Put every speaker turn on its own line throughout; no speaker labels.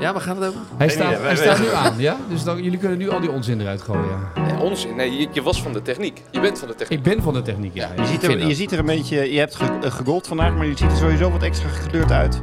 Ja, we gaan het over.
Hij
Nee,
staat,
nee,
hij
wij-
staat
wij-
nu aan, ja? Dus dan, jullie kunnen nu al die onzin eruit gooien.
Nee, onzin. Nee, je, je was van de techniek. Je bent van de techniek.
Ik ben van de techniek, ja.
Je ziet, er,
vind dat.
je ziet er een beetje, je hebt ge, eh, gegold vandaag, maar je ziet er sowieso wat extra gekleurd uit.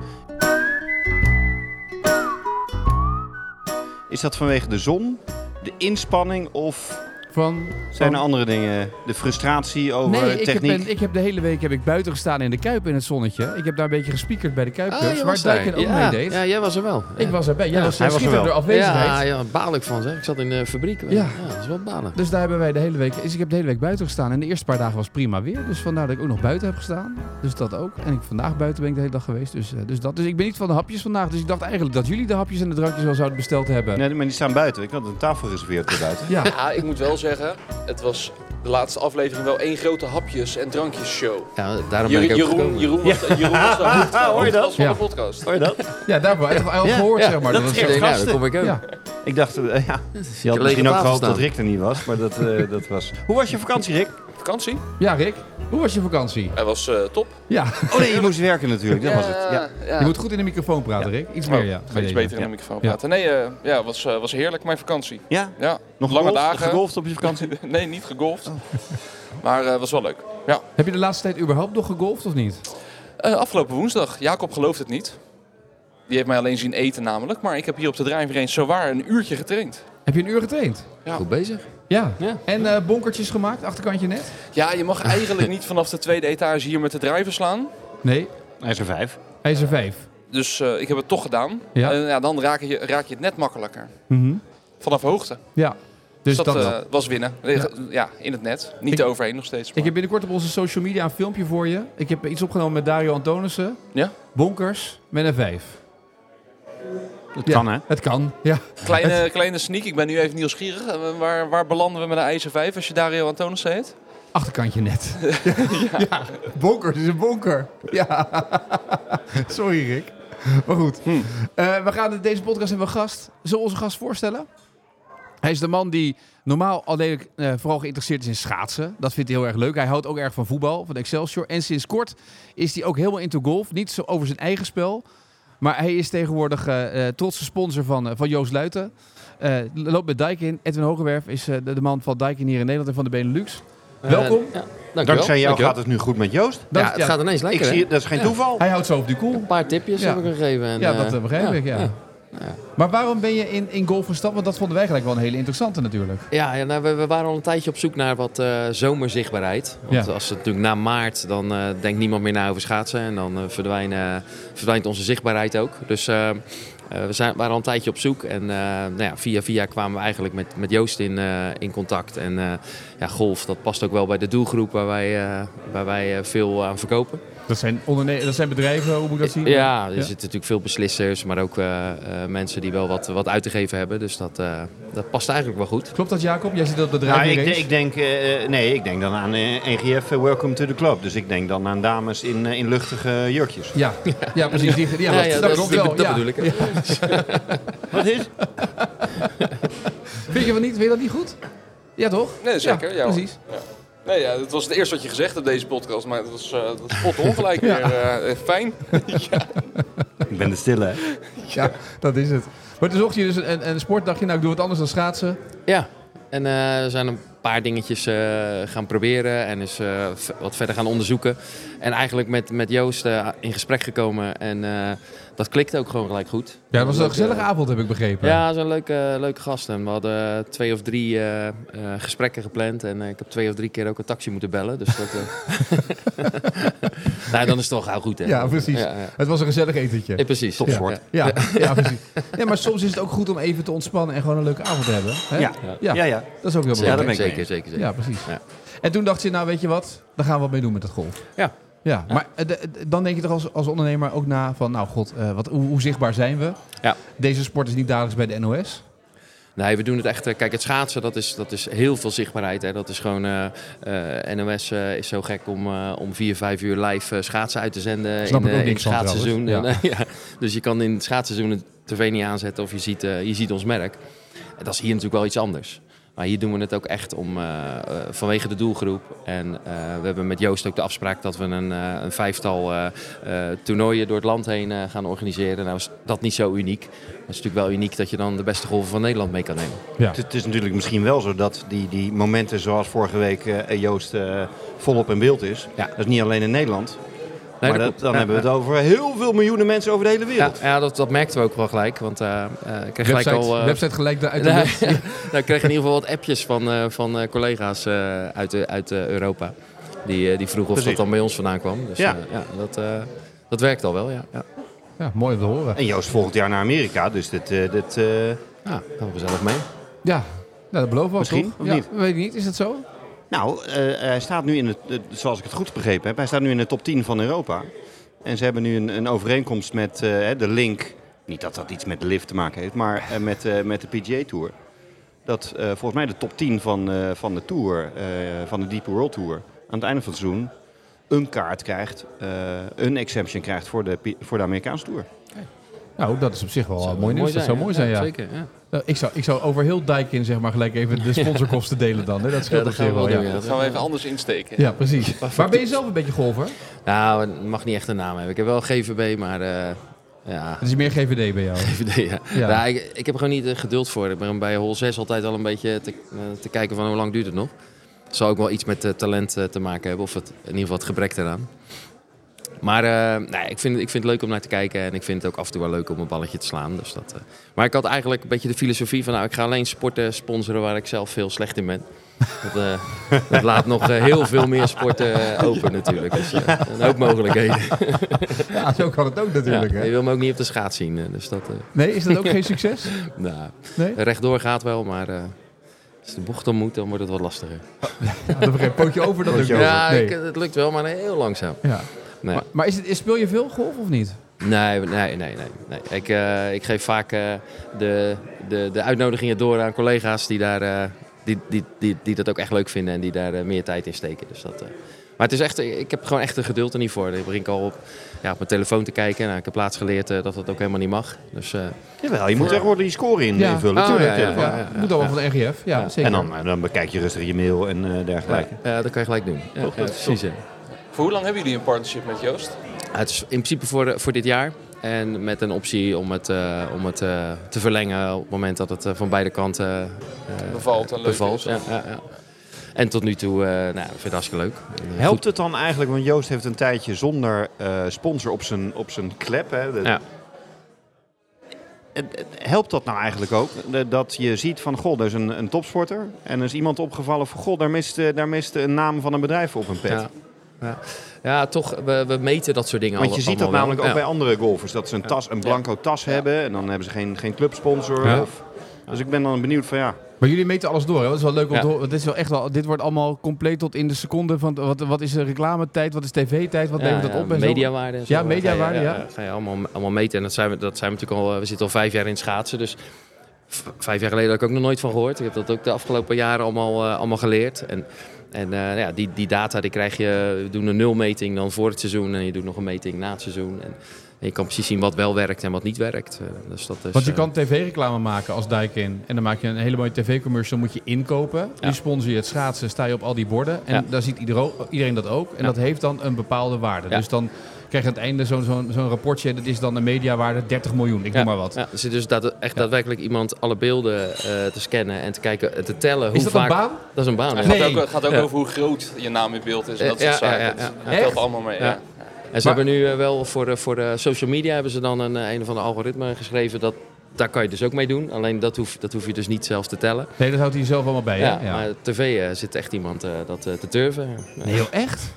Is dat vanwege de zon, de inspanning of
Van,
zijn er andere dingen? De frustratie over
nee, ik heb,
techniek?
ben- ik heb de hele week heb ik buiten gestaan in de Kuip in het zonnetje. Ik heb daar een beetje gespiekerd bij de
Ah,
Kuipclubs,
je
waar
was daar.
Dijken ook
ja,
meedeed.
Ja, jij was er wel.
Ik
Ja.
was erbij. dus Jij
Ja,
was
hij was er
schitterend
wel.
door afwezigheid.
Ja, ja, baal ik van zeg. Ik zat in de fabriek.
Ja.
Ja. dat is wel balen.
Dus daar hebben wij de hele week. Dus ik heb de hele week buiten gestaan. En de eerste paar dagen was prima weer. Dus vandaar dat ik ook nog buiten heb gestaan. Dus dat ook. En ik vandaag buiten ben ik de hele dag geweest. Dus, eh, dus dat. Dus ik ben niet van de hapjes vandaag. Dus ik dacht eigenlijk dat jullie de hapjes en de drankjes wel zouden besteld hebben.
Nee, maar die staan buiten. Ik had een tafel gereserveerd voor buiten.
Ja.
Ja, ik moet wel zeggen, het was de laatste aflevering wel één grote hapjes- en drankjesshow.
Ja, daarom ben
Jeroen,
ik ook
Jeroen,
gekomen.
Jeroen was de Jeroen was de hoofd-
Hoor je dat?
hoofdgast van
Ja.
de podcast.
Hoor je dat?
ja, daarvoor. Echt al gehoord, zeg maar.
Dat,
Dat
is
het-
denk, nou, daar
gasten.
kom ik ook.
ja.
Ik dacht, eh, ja, je had
lege
misschien ook
tafel
gehoopt
staan.
dat Rick er niet was, maar dat, eh, dat was... Hoe was je vakantie, Rick?
Vakantie?
ja, Rick. Hoe was je vakantie?
Hij was eh, top. Eh,
Ja.
Oh nee, je moest werken natuurlijk, dat was het. Ja.
Je moet goed in de microfoon praten, Rick. Iets meer, Oh, ja.
Ga
bij
iets
deze.
Oh, beter in
Ja.
de microfoon
Ja.
praten. Nee, eh, ja, het was, eh, was heerlijk mijn vakantie.
ja?
Ja,
Nog
lange
gegolfd?
dagen.
Gegolfd op je vakantie?
nee, niet gegolfd.
Oh.
Maar het was wel leuk. Ja.
Heb je de laatste tijd überhaupt nog gegolfd of niet?
Eh, afgelopen woensdag, Jacob gelooft het niet. Die heeft mij alleen zien eten namelijk. Maar ik heb hier op de drijver eens zowaar een uurtje getraind.
Heb je een uur getraind?
Goed bezig.
Ja.
Ja.
En eh, bonkertjes gemaakt? Achterkantje net?
Ja, je mag eigenlijk niet vanaf de tweede etage hier met de drijver slaan.
Nee.
Hij is er vijf.
Hij is er vijf.
Dus eh, ik heb het toch gedaan.
Ja.
En ja, dan raak je, raak je het net makkelijker.
Mhm.
Vanaf hoogte.
Ja. Dus
Dus dat,
dat
eh, was winnen. Ja. in het net. Niet
Ik-
overheen nog steeds.
Ik
maar-
heb binnenkort op onze social media een filmpje voor je. Ik heb iets opgenomen met Dario Antonissen.
Ja?
Bonkers met een 5.
Dat
Ja.
kan, hè?
Het kan, ja.
Kleine, kleine sneak, ik ben nu even nieuwsgierig. Eh, Waar, waar belanden we met een ijzer 5 als je eh, Dario Antonissen heet?
Achterkantje net. ja. bonkers is een bonker. Ja. Sorry Rick. Maar goed. Eh, we gaan in deze podcast hebben we een gast. Zullen we onze gast voorstellen? Hij is de man die normaal alleen eh, vooral geïnteresseerd is in schaatsen. Dat vindt hij heel erg leuk. Hij houdt ook erg van voetbal, van Excelsior. En sinds kort is hij ook helemaal into golf. Niet zo over zijn eigen spel. Maar hij is tegenwoordig eh, eh, trotse sponsor van, eh, van Joost Luiten. Eh, loopt met Dijk in. Edwin Hogewerf is eh, de de man van Dijk in hier in Nederland en van de Benelux. Welkom.
Eh, ja, dank je
Dankzij
wel.
jou
Dank je wel.
gaat het nu goed met Joost.
Dank-
Ja, het
ja,
gaat ineens lekker,
ik
hè?
zie, dat is geen
Ja.
toeval.
Hij houdt zo op de koel.
Een paar tipjes
Ja.
heb ik gegeven. En,
Ja, dat
eh,
eh, begrijp ik, ja.
ja.
Maar waarom ben je in, in golf gestapt? Want dat vonden wij gelijk wel een hele interessante natuurlijk.
Ja, ja, nou, we, we waren al een tijdje op zoek naar wat eh, zomerzichtbaarheid. Want
Ja.
als het natuurlijk na maart, dan eh, denkt niemand meer na over schaatsen. En dan eh, verdwijnen, verdwijnt onze zichtbaarheid ook. Dus eh, eh, we zijn, waren al een tijdje op zoek. En eh, nou ja, via via kwamen we eigenlijk met, met Joost in, eh, in contact. En eh, ja, golf, dat past ook wel bij de doelgroep waar wij, eh, waar wij eh, veel aan verkopen.
Dat zijn, onderne- dat zijn bedrijven, hoe moet ik dat zien?
Ja, dus er zitten natuurlijk veel beslissers, maar ook eh, eh, mensen die wel wat, wat uit te geven hebben. Dus dat, eh, dat past eigenlijk wel goed.
Klopt dat, Jacob? Jij zit op het bedrijf
Nou,
in
ik,
race.
ik denk, eh, eh, nee, ik denk dan aan eh, NGF eh, Welcome to the Club. Dus ik denk dan aan dames in, eh, in luchtige jurkjes.
Ja, ja, precies. Die, ja,
Ja,
dat,
ja,
dat
dat-
klopt
dat-
wel.
dat
ja.
bedoel ik, hè.
Ja.
Wat is?
Vind je van niet? Vind je dat niet goed? Ja, toch?
Nee, zeker. Ja, hoor.
precies.
Nee, ja, dat was het eerste wat je gezegd hebt deze podcast. Maar dat was, eh dat was spot on gelijk weer. eh, eh, fijn.
Ik ben de stille. hè.
Ja, dat is het. Maar toen zocht je dus een, een, een sportdagje. Nou, ik doe wat anders dan schaatsen.
Ja, en eh, er zijn een paar dingetjes eh, gaan proberen en is eh, v- wat verder gaan onderzoeken. En eigenlijk met, met Joost eh, in gesprek gekomen en eh, dat klikte ook gewoon gelijk goed.
Ja, dat was een
Leuke-
gezellige avond, heb ik begrepen.
Ja, zo'n leuke, leuke gast. En we hadden twee of drie eh, eh, gesprekken gepland. En eh, ik heb twee of drie keer ook een taxi moeten bellen. Dus dat. eh nou, dan is het toch gauw goed, hè?
Ja, precies.
Ja, ja.
Het was een gezellig etentje.
Eh, precies.
Topsport.
Ja.
Ja, ja, precies. Ja, maar soms is het ook goed om even te ontspannen en gewoon een leuke avond te hebben. Hè?
Ja.
Ja,
Ja, ja.
dat is ook heel
Zeker,
belangrijk.
dat ben ik mee
zeker,
eens.
zeker, zeker.
Ja, precies.
Ja.
En toen dacht je, nou weet je wat, daar gaan we wat mee doen met dat golf.
Ja.
Ja, maar eh, de- de- dan denk je toch als, als ondernemer ook na van, nou god, eh, wat, hoe, hoe zichtbaar zijn we?
Ja.
Deze sport is niet dagelijks bij de NOS.
Nee, we doen het echt. eh, Kijk, het schaatsen, dat is, dat is heel veel zichtbaarheid. Hè. Dat is gewoon. eh eh, NOS eh, is zo gek om, eh, om vier, vijf uur live eh, schaatsen uit te zenden.
Snap
in,
ik
eh,
ook
in
niks
het
van
schaatsseizoen.
trouwens,
En, eh, ja. Dus je kan in het schaatsseizoen de tv niet aanzetten of je ziet, eh, je ziet ons merk. En dat is hier natuurlijk wel iets anders. Maar hier doen we het ook echt om, eh, eh, vanwege de doelgroep. En eh, we hebben met Joost ook de afspraak dat we een, eh, een vijftal eh, eh, toernooien door het land heen eh, gaan organiseren. Nou is dat niet zo uniek. Maar het is natuurlijk wel uniek dat je dan de beste golven van Nederland mee kan nemen.
Het, het is natuurlijk misschien wel zo dat die, die momenten zoals vorige week eh, Joost eh, volop in beeld is.
Ja.
Dat is niet alleen in Nederland.
Nee,
maar
dat
dat-
klopt.
dan
Ja,
hebben we
ja.
het over heel veel miljoenen mensen over de hele
Ja,
wereld.
ja dat, dat merkten we ook wel gelijk. Want eh, eh, ik kreeg gelijk
Website,
al... eh,
website gelijk de- uit de
Nee,
lucht.
nou, ik kreeg in ieder geval wat appjes van, eh, van eh, collega's eh, uit, eh, uit eh, Europa. Die, eh, die vroegen of dat
Precies.
dan bij ons vandaan kwam. Dus
Ja.
ja, ja dat, eh, dat werkt al wel, ja. ja.
Ja, mooi om te horen.
En Joost volgend jaar naar Amerika, dus dit, eh, dit, eh,
Ja, gaan we gezellig mee.
Ja, nou, dat beloven we al,
Misschien,
toch?
of
ja,
niet?
Weet ik niet, is dat zo?
Nou, eh, hij staat nu in het, eh, zoals ik het goed begrepen heb, hij staat nu in de top 10 van Europa. En ze hebben nu een, een overeenkomst met eh, hè, de Link. Niet dat dat iets met de lift te maken heeft, maar eh, met, eh, met de PGA Tour. Dat eh, volgens mij de top 10 van, eh, van de Tour, eh, van de Deep World Tour, aan het einde van het seizoen een kaart krijgt, eh, een exemption krijgt voor de, P- voor de Amerikaanse Tour.
Nou, dat is op zich wel mooi nieuws. dat zou mooi zijn, ja.
Zeker, ja.
Nou, ik, zou, ik zou over heel Dijkin zeg maar, gelijk even de sponsorkosten delen dan. Hè? Dat scheelt
Ja, dat
op
gaan
zich
we wel
wel,
doen,
ja.
ja.
Dat gaan we even anders insteken.
Ja, precies. Waar ben je zelf een beetje golfer?
Nou, het mag niet echt een naam hebben. Ik heb wel GVB, maar eh, ja...
Dat is meer GVD bij jou.
GVD, ja.
Ja.
Nou, ik, ik heb er gewoon niet eh, geduld voor. Ik ben bij hol 6 altijd al een beetje te, eh, te kijken van hoe lang duurt het nog. Het zal ook wel iets met eh, talent eh, te maken hebben. Of het, in ieder geval het gebrek daaraan. Maar eh, nee, ik, vind, ik vind het leuk om naar te kijken. En ik vind het ook af en toe wel leuk om een balletje te slaan. Dus dat, eh. Maar ik had eigenlijk een beetje de filosofie van... Nou, ik ga alleen sporten sponsoren waar ik zelf heel slecht in ben. Dat, eh, dat laat nog eh, heel veel meer sporten eh, open natuurlijk. Dus eh, een hoop mogelijkheden.
Ja, Ah, zo kan het ook natuurlijk.
Ja,
hè?
je wil me ook niet op de schaats zien. eh, Dus dat, eh,
Nee, is dat ook geen succes?
nou,
Nee?
Rechtdoor gaat wel, maar eh, als de bocht om moet, dan wordt het wat lastiger.
Ja, dan geen pootje over, dat lukt
Pootje
niet.
Ja,
Nee.
ik- eh, het lukt wel, maar heel langzaam.
Ja.
Nee,
Maar, maar is het, is- speel je veel golf of niet?
nee, nee, nee. nee, nee. Ik, eh, ik geef vaak eh, de, de, de uitnodigingen door aan collega's die, daar, eh, die, die, die, die dat ook echt leuk vinden en die daar eh, meer tijd in steken. Dus dat, eh. Maar het is echt, ik heb gewoon echt een geduld er niet voor. Ik begin ik al op, ja, op mijn telefoon te kijken. Nou, ik heb laatst geleerd eh, dat dat ook helemaal niet mag. Dus, eh,
Jawel, je moet tegenwoordig die score in,
Ja.
invullen.
Oh,
tuurlijk,
ja, ja,
eh,
ja.
moet allemaal van de RGF. Ja,
Ja.
zeker.
En dan, eh, dan bekijk je rustig je mail en eh, dergelijke.
ja, dat kan je gelijk doen. Ja, ja, precies. ja.
Voor hoe lang hebben jullie een partnership met Joost?
Ja, het is in principe voor, de- voor dit jaar. En met een optie om het, eh, om het eh, te verlengen op het moment dat het eh, van beide kanten eh,
Bevalt en leuk
bevalt.
is.
Ja, ja, ja. En tot nu toe, eh nou, ik vind het hartstikke leuk. En, eh,
Helpt het dan eigenlijk, want Joost heeft een tijdje zonder eh, sponsor op zijn, op zijn klep. Hè? De-
Ja.
Het- het- helpt dat nou eigenlijk ook? De- Dat je ziet van, goh, er is een, een topsporter en er is iemand opgevallen van, goh, daar mist, eh, daar mist een naam van een bedrijf op een pet.
Ja. Ja. ja, toch, we, we meten dat soort dingen
Want
al-
je ziet dat
allemaal wel.
namelijk ook
Ja.
bij andere golfers, dat ze een, tas, een blanco tas hebben en dan hebben ze geen, geen clubsponsor.
Ja.
Of, dus ik ben dan benieuwd van, ja,
Maar jullie meten alles door. Hè? Dat is wel leuk om
Ja.
te horen. want Dit, is wel echt wel, dit wordt allemaal compleet tot in de seconde. Van, wat, wat is de reclametijd? Wat is tv-tijd? Wat
Ja,
levert dat
ja,
op? en zo?
Mediawaarde. en zo.
Ja, mediawaarde,
Ga je,
ja.
eh, Ga je allemaal, allemaal meten. En dat zijn, we, dat zijn we natuurlijk al... eh, We zitten al vijf jaar in schaatsen, dus... v- Vijf jaar geleden had ik ook nog nooit van gehoord. Ik heb dat ook de afgelopen jaren allemaal, eh, allemaal geleerd. En, en eh, ja, die, die data die krijg je... We doen een nulmeting dan voor het seizoen... en je doet nog een meting na het seizoen. En, en je kan precies zien wat wel werkt en wat niet werkt. Eh, dus dat is,
Want je
eh,
kan tv-reclame maken als Dijkin. En dan maak je een hele mooie tv-commercial, moet je inkopen.
Ja.
Nu sponsor je het schaatsen, sta je op al die borden. En
Ja.
daar ziet ieder- iedereen dat ook. En
Ja.
dat heeft dan een bepaalde waarde.
Ja.
Dus dan krijg je aan het einde zo'n zo'n zo'n rapportje. Dat is dan een mediawaarde 30 miljoen, ik noem maar wat.
Ja, er zit dus daad- echt daadwerkelijk iemand alle beelden eh, te scannen en te kijken, en te tellen. Hoe
Is dat
vaak...
een baan?
Dat is een baan, ja.
Het
Nee.
gaat ook, eh, gaat ook
Ja.
over hoe groot je naam in beeld is. en Dat
Ja,
soort
ja,
zaken.
ja,
Dat-
ja.
Dat
Echt?
telt allemaal mee.
Ja.
Ja.
En ze
Maar-
hebben nu eh, wel voor, eh, voor eh, social media hebben ze dan een, eh, een of ander algoritme geschreven. Dat, daar kan je dus ook mee doen. Alleen dat hoef, dat hoef je dus niet zelf te tellen.
Nee, dat houdt hij zelf allemaal bij. hè?
Ja, Maar tv eh, zit echt iemand eh, dat eh, te turven. Ja.
Nee, joh, echt?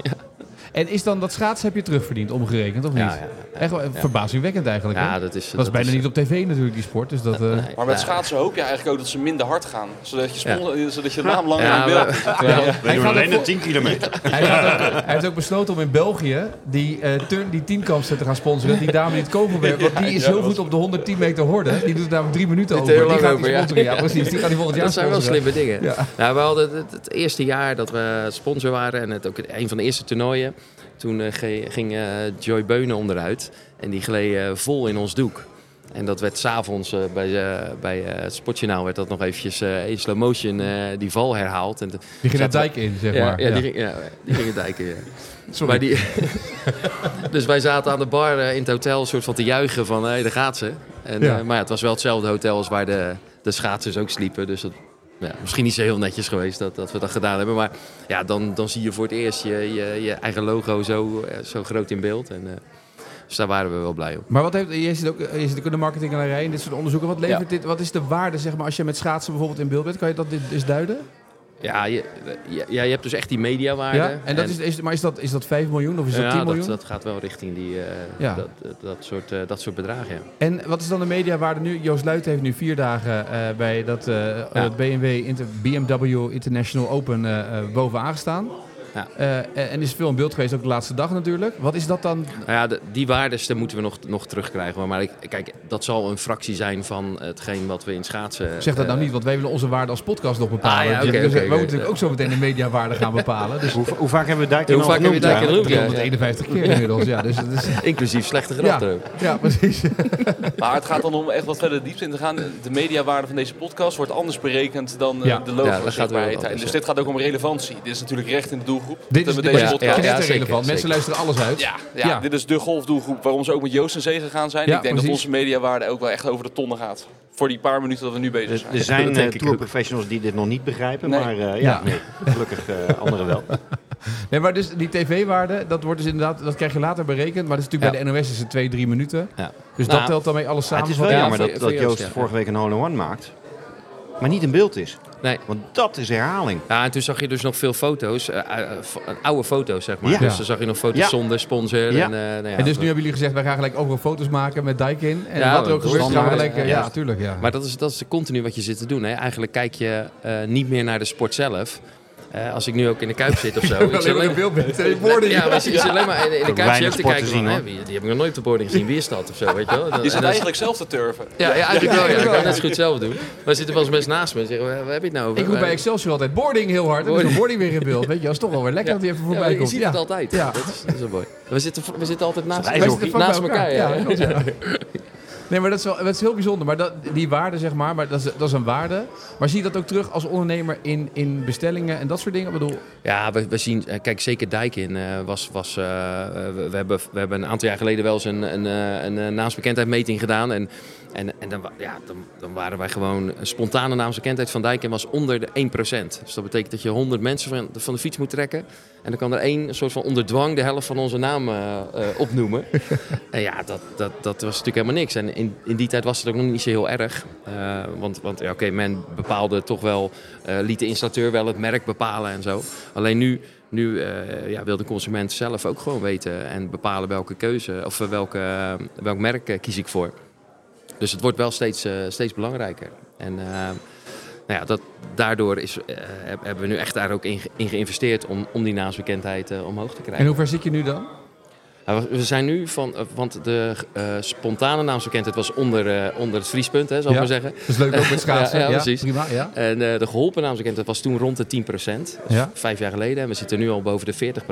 En is dan dat schaatsen heb je terugverdiend, omgerekend of niet?
Ja, ja, ja.
Echt wel, eh, verbazingwekkend eigenlijk. hè?
Ja, dat is...
dat is bijna niet op tv natuurlijk, die sport. Dus dat, eh,
Nee,
Maar met
nou,
schaatsen hoop je eigenlijk ook dat ze minder hard gaan. Zodat je, sponsor- zodat je naam langer
Ja,
in beeld
maar-
is. Terwijl-
we doen
gaat
alleen
ervoor-
de 10 kilometer.
Hij, gaat ook- hij heeft ook besloten om in België die, eh turn, die teamkampster te gaan sponsoren. Die dame die het Kogelberg, want die is
ja,
heel
dat
goed op de 110 meter horde. Die doet het namelijk drie minuten
Die
over.
heel
Die
lang
gaat die
over, ja.
sponsoren. Ja, precies. Die gaat die volgend jaar
dat zijn wel
sponsoren.
slimme dingen.
Ja.
Nou, we hadden het, het eerste jaar dat we sponsor waren en het ook een van de eerste toernooien. Toen eh, ge- ging eh, Joy Beunen onderuit en die gleed eh, vol in ons doek. En dat werd s'avonds eh bij, eh, bij eh, het Sportjournaal werd dat nog eventjes eh, in slow motion eh, die val herhaald. En de-
Die ging de
zaten-
dijk in, zeg
ja,
maar.
Ja, Die, ging, ja, die gingen dijken, ja.
Sorry.
Maar die, dus wij zaten aan de bar eh, in het hotel een soort van te juichen van, hé, daar gaat ze. En,
Ja.
eh, maar ja, het was wel hetzelfde hotel als waar de, de schaatsers ook sliepen. Dus dat, ja, misschien niet zo heel netjes geweest dat, dat we dat gedaan hebben. Maar ja, dan, dan zie je voor het eerst je, je, je eigen logo zo, eh, zo groot in beeld. En, eh, dus daar waren we wel blij om.
Maar wat heeft, jij zit ook, jij zit ook in de marketinggalerij en dit soort onderzoeken. Wat levert
Ja.
dit? Wat is de waarde, zeg maar, als je met schaatsen bijvoorbeeld in beeld bent? Kan je dat dit eens duiden?
Ja, je, ja, ja, je hebt dus echt die mediawaarde.
Ja. En dat is, is, maar is dat, is dat 5 miljoen of is dat
ja,
10 miljoen?
dat, dat gaat wel richting die, eh,
Ja.
dat, dat, dat soort, eh, dat soort bedragen, ja.
En wat is dan de mediawaarde nu? Joost Luit heeft nu vier dagen eh, bij dat eh, het BMW Inter- BMW International Open eh, eh, bovenaan gestaan.
Ja.
Eh, en- en is veel in beeld geweest, ook de laatste dag natuurlijk. Wat is dat dan?
Nou ja, de- die waardes daar moeten we nog, nog terugkrijgen. Maar, maar ik, kijk, dat zal een fractie zijn van hetgeen wat we in schaatsen...
Zeg dat nou
eh,
niet, want wij willen onze waarde als podcast nog bepalen.
Ah, ja, oké,
Dus we
oké,
moeten
oké.
natuurlijk ook zo meteen de mediawaarde gaan bepalen. Dus
Hoe, hoe vaak hebben we Dijk in
Hoe
al
vaak hebben
genoemd
we Dijk in
eigenlijk?
Ja, ja.
351 keer inmiddels. Ja, dus, dat is-
Inclusief slechte grap
ja,
er ook.
ja, precies.
Maar het gaat dan om echt wat verder de diepte in te gaan. De mediawaarde van deze podcast wordt anders berekend dan eh,
Ja.
de
Ja, dat
logo
gaat wel wat
zichtbaarheid.
anders,
dus
ja.
dit gaat ook om relevantie. Dit is natuurlijk recht in de doelgroep.
Dit
Dat
is,
we
dit is,
deze
ja,
podcast.
dit is
ja,
echt
zeker,
relevant. Mensen
zeker.
luisteren alles uit.
Ja, ja,
Ja.
dit is de golfdoelgroep waarom ze ook met Joost en Zee gegaan zijn.
Ja,
ik denk dat
precies.
onze mediawaarde ook wel echt over de tonnen gaat. Voor die paar minuten dat we nu bezig zijn.
Er er zijn
dat
eh,
denk ik
tourprofessionals die dit nog niet begrijpen,
Nee.
maar eh, ja,
Ja.
nee, gelukkig eh, anderen wel.
Nee, maar dus die tv-waarde, dat wordt dus inderdaad, dat krijg je later berekend. Maar dat is natuurlijk bij de NOS is het 2, 3 minuten.
Ja.
Dus
Nou,
dat telt dan mee alles
Maar
samen.
het is wel
Ja,
jammer
voor-
dat,
voor
dat
Joost,
Joost
ja.
vorige week een hole-in-one maakt, maar niet in beeld is.
Nee.
Want dat is herhaling.
Ja, en toen zag je dus nog veel foto's, eh, eh, van- oude foto's zeg maar.
Ja.
Dus dan zag je nog foto's
Ja.
zonder sponsor.
Ja.
En, eh, nou ja,
en dus nu hebben jullie gezegd, wij gaan gelijk overal foto's maken met Dijk in. En
Ja,
wat er ook
dat
gebeurt, gaan we
standaard.
gelijk... eh,
Ja,
Ja,
juist.
tuurlijk, ja.
Maar dat is, dat is continu wat je zit te doen. Hè? Eigenlijk kijk je eh, niet meer naar de sport zelf. Eh, als ik nu ook in de Kuip zit of zo. ik zit alleen-
beeld bent en woorden.
ja, maar ik zit alleen maar in, in de Kuip
Weinig
zit ook te
sport te
kijken.
zien,
van, hè,
hoor.
wie- die heb ik nog nooit op de boarding gezien. Wie is dat of zo, weet je wel? Dan-
Je
en
zit
dan-
eigenlijk zelf te turven.
Ja, ja, eigenlijk wel. Ja. Ik kan net zo goed zelf doen. Maar er zitten wel eens mensen naast me en zeggen, waar waar heb je het nou over?
Ik roep bij
Eh,
Excelsior altijd boarding heel hard. En dan is een boarding weer in beeld. Weet je, dat is toch wel weer lekker dat hij even
ja, maar
voorbij
je
komt.
ziet
Ja.
het altijd.
Ja.
Dat, is, dat is wel mooi. We zitten, we zitten altijd naast,
Wij
Wij
Is
zitten
naast,
vlak bij
elkaar. ja.
Ja, klopt, ja. Nee, maar dat is, wel, dat is heel bijzonder. Maar dat, die waarde, zeg maar, maar dat, is, dat is een waarde. Maar zie je dat ook terug als ondernemer in, in bestellingen en dat soort dingen? Ik bedoel,
Ja, we, we zien, eh, kijk, zeker Dijk in eh, was, was eh, eh, we, we hebben, we hebben een aantal jaar geleden wel eens een, een, eh, een, eh, naamsbekendheidmeting gedaan. En, en, en dan, wa- ja, dan, dan waren wij gewoon, een spontane naamsbekendheid van Dijk in was onder de 1%. Dus dat betekent dat je 100 mensen van, van de fiets moet trekken. En dan kan er één een soort van onder dwang de helft van onze naam eh, eh, opnoemen. en ja, dat, dat, dat was natuurlijk helemaal niks. En in, in die tijd was het ook nog niet zo heel erg. Eh, want want ja, oké, men bepaalde toch wel, eh, liet de installateur wel het merk bepalen en zo. Alleen nu, nu eh, ja, wil de consument zelf ook gewoon weten en bepalen welke keuze of eh, welke, eh, welk merk eh, kies ik voor. Dus het wordt wel steeds, eh, steeds belangrijker. En eh, nou ja, dat, daardoor is, eh, heb- hebben we nu echt daar ook in, ge- in geïnvesteerd om, om die naamsbekendheid eh, omhoog te
en
krijgen.
hoe ver zit je nu dan?
Ja, we- we zijn nu van, eh, want de eh, spontane naamsbekendheid was onder, eh, onder het vriespunt, hè, zal ik
Ja.
maar zeggen.
Dat is leuk ook met schaatsen.
Ja, ja, precies.
Prima, ja.
En eh, de geholpen naamsbekendheid was toen rond de 10
Ja.
vijf jaar geleden. En we zitten nu al boven de 40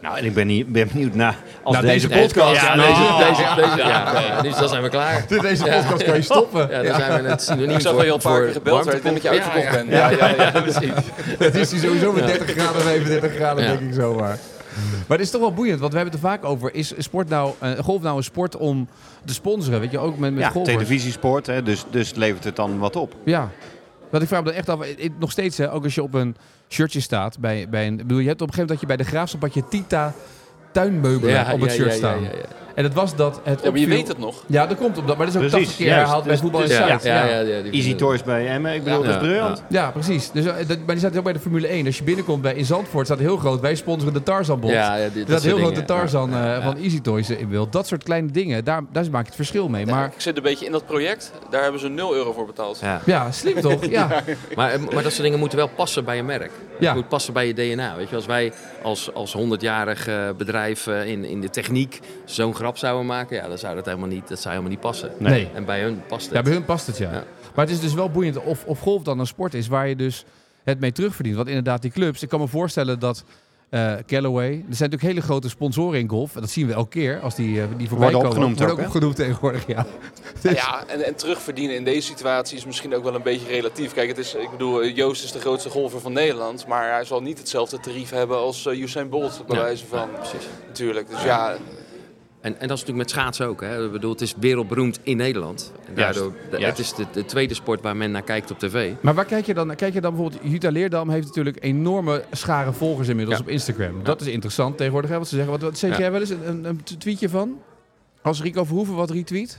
Nou, en ik ben, niet, ben benieuwd naar als
Nou,
deze,
deze
podcast...
Ja,
nou,
deze, deze, deze, ja, ja, dus dan zijn we klaar.
Deze podcast kan je stoppen.
Ja, dan zijn we het synoniem
Ik zag
voor,
dat je al een paar
voor
keer gebeld werd. Ik denk dat je
warmtepomp.
uitverkocht bent.
Ja,
Ja,
ja, ja, ja, precies.
Het is hier sowieso met 30 graden of 35 graden,
Ja.
denk ik zomaar. Maar het is toch wel boeiend, want we hebben het er vaak over. Is sport nou, eh, golf nou een sport om te sponsoren? Weet je, ook met, met
ja,
golfers.
televisiesport, hè, dus, dus levert het dan wat op.
Ja. Want ik vraag me dan echt af, eh, eh, nog steeds, hè, ook als je op een shirtje staat. Bij, bij een, ik bedoel, je hebt op een gegeven moment dat je bij de graafschap had je Tita tuinmeubelen
Ja,
op het
ja,
shirt
ja,
staan.
ja, ja, ja.
En dat was dat het
Ja, maar je
opviel-
weet het nog.
Ja, dat komt op dat. Maar dat is ook
Precies,
80 keer
juist.
herhaald bij
Dus-
voetbal en
dus-
Ja,
Zuid.
ja, ja, ja, die-
Easy Toys bij Emmen, ik bedoel,
Ja.
dat is briljant.
Ja, precies. Dus, eh, dat, maar die staat ook bij de Formule 1. Als je binnenkomt bij, in Zandvoort staat heel groot, wij sponsoren de Tarzanbond.
Ja, ja, dit-
er
dat
staat heel
soort
groot de
dingen.
Tarzan
Ja, ja,
eh,
ja.
van Easy Toys eh, in beeld. Dat soort kleine dingen, daar, daar maak je het verschil mee. Maar
Ik zit een beetje in dat project. Daar hebben ze 0 euro voor betaald.
Ja.
ja, slim toch? Ja,
Maar, maar dat soort dingen moeten wel passen bij een merk.
Ja.
Het moet passen bij je DNA. Weet je, als wij als, als 100-jarig eh, bedrijf eh, in, in de techniek zo'n grap zouden maken, ja, dan zou dat helemaal niet, dat zou helemaal niet passen.
nee.
En bij hun past het.
Ja, bij hun past het ja.
Ja.
Maar het is dus wel boeiend of, of golf dan een sport is waar je dus het mee terugverdient. Want inderdaad, die clubs, ik kan me voorstellen dat eh, Callaway. Er zijn natuurlijk hele grote sponsoren in golf. En Dat zien we elke keer als die, eh, die voorbij komen.
Worden opgenoemd
Worden
ook, hè?
opgenoemd tegenwoordig, ja.
Nou ja, en, en terugverdienen in deze situatie is misschien ook wel een beetje relatief. Kijk, het is, ik bedoel, eh, Joost is de grootste golfer van Nederland. Maar hij zal niet hetzelfde tarief hebben als eh, Usain Bolt, bij
Ja.
wijze van.
Precies.
Natuurlijk. Dus ja,
En, en dat is natuurlijk met schaatsen ook. Hè. Ik bedoel, het is wereldberoemd in Nederland. En daardoor, de-
juist.
Het is de, de tweede sport waar men naar kijkt op tv.
Maar waar kijk je dan? naar? Kijk je dan bijvoorbeeld, Jutta Leerdam heeft natuurlijk enorme schare volgers inmiddels
Ja.
op Instagram. Dat is interessant tegenwoordig, hè, wat ze zeggen. Wat, wat zet
Ja.
jij wel eens een, een, een tweetje van? Als Rico Verhoeven wat retweet?